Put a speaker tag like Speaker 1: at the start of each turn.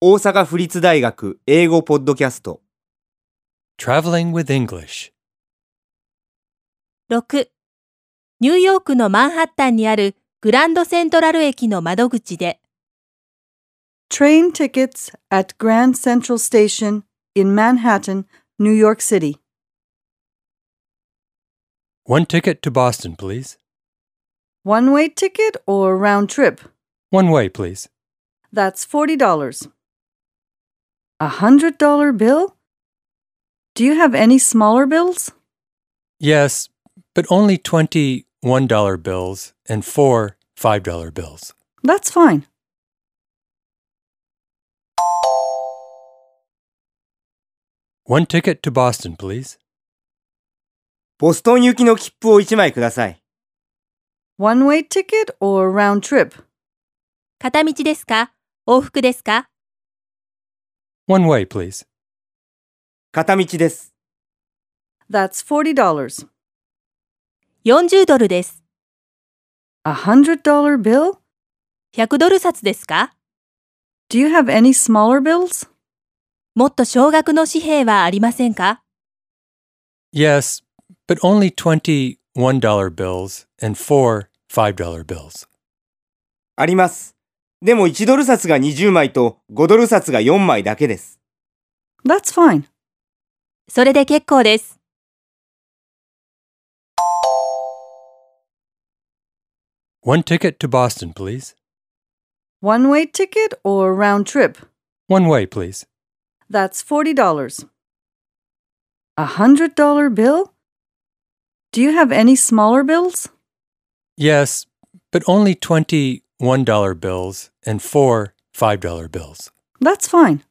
Speaker 1: 大阪府立大学英語ポッドキャスト
Speaker 2: Traveling with English.
Speaker 3: 6ニューヨークのマンハッタンにあるグランドセントラル駅の窓口で
Speaker 4: Train tickets at Grand Central Station in Manhattan, New York City.
Speaker 2: One ticket to Boston, please.
Speaker 4: One way ticket or round trip?
Speaker 2: One way, please.
Speaker 4: That's $40. A hundred dollar bill? Do you have any smaller bills?
Speaker 2: Yes, but only twenty one dollar bills and four five dollar bills.
Speaker 4: That's fine.
Speaker 2: 1 ticket to Boston, please.
Speaker 1: ボストン行きの切符を1枚ください
Speaker 4: One way ticket or round trip?
Speaker 3: 片道ですか往復ですか
Speaker 2: One way, please.
Speaker 1: 片道です
Speaker 4: That's $40.
Speaker 3: 40ドルです。
Speaker 4: A hundred dollar bill?
Speaker 3: 100ドル札ですか
Speaker 4: Do you have any smaller bills?
Speaker 3: もっと少額の紙幣はありませんか
Speaker 2: Yes, but only twenty one dollar bills and four five dollar bills.
Speaker 1: ありますでも1ドル札が20枚と5ドル札が4枚だけです
Speaker 4: That's fine.
Speaker 3: それで結構です。
Speaker 2: One ticket to Boston, please.
Speaker 4: One way ticket or round trip?
Speaker 2: One way, please.
Speaker 4: That's $40. A hundred dollar bill? Do you have any smaller bills?
Speaker 2: Yes, but only twenty one dollar bills and four five dollar bills.
Speaker 4: That's fine.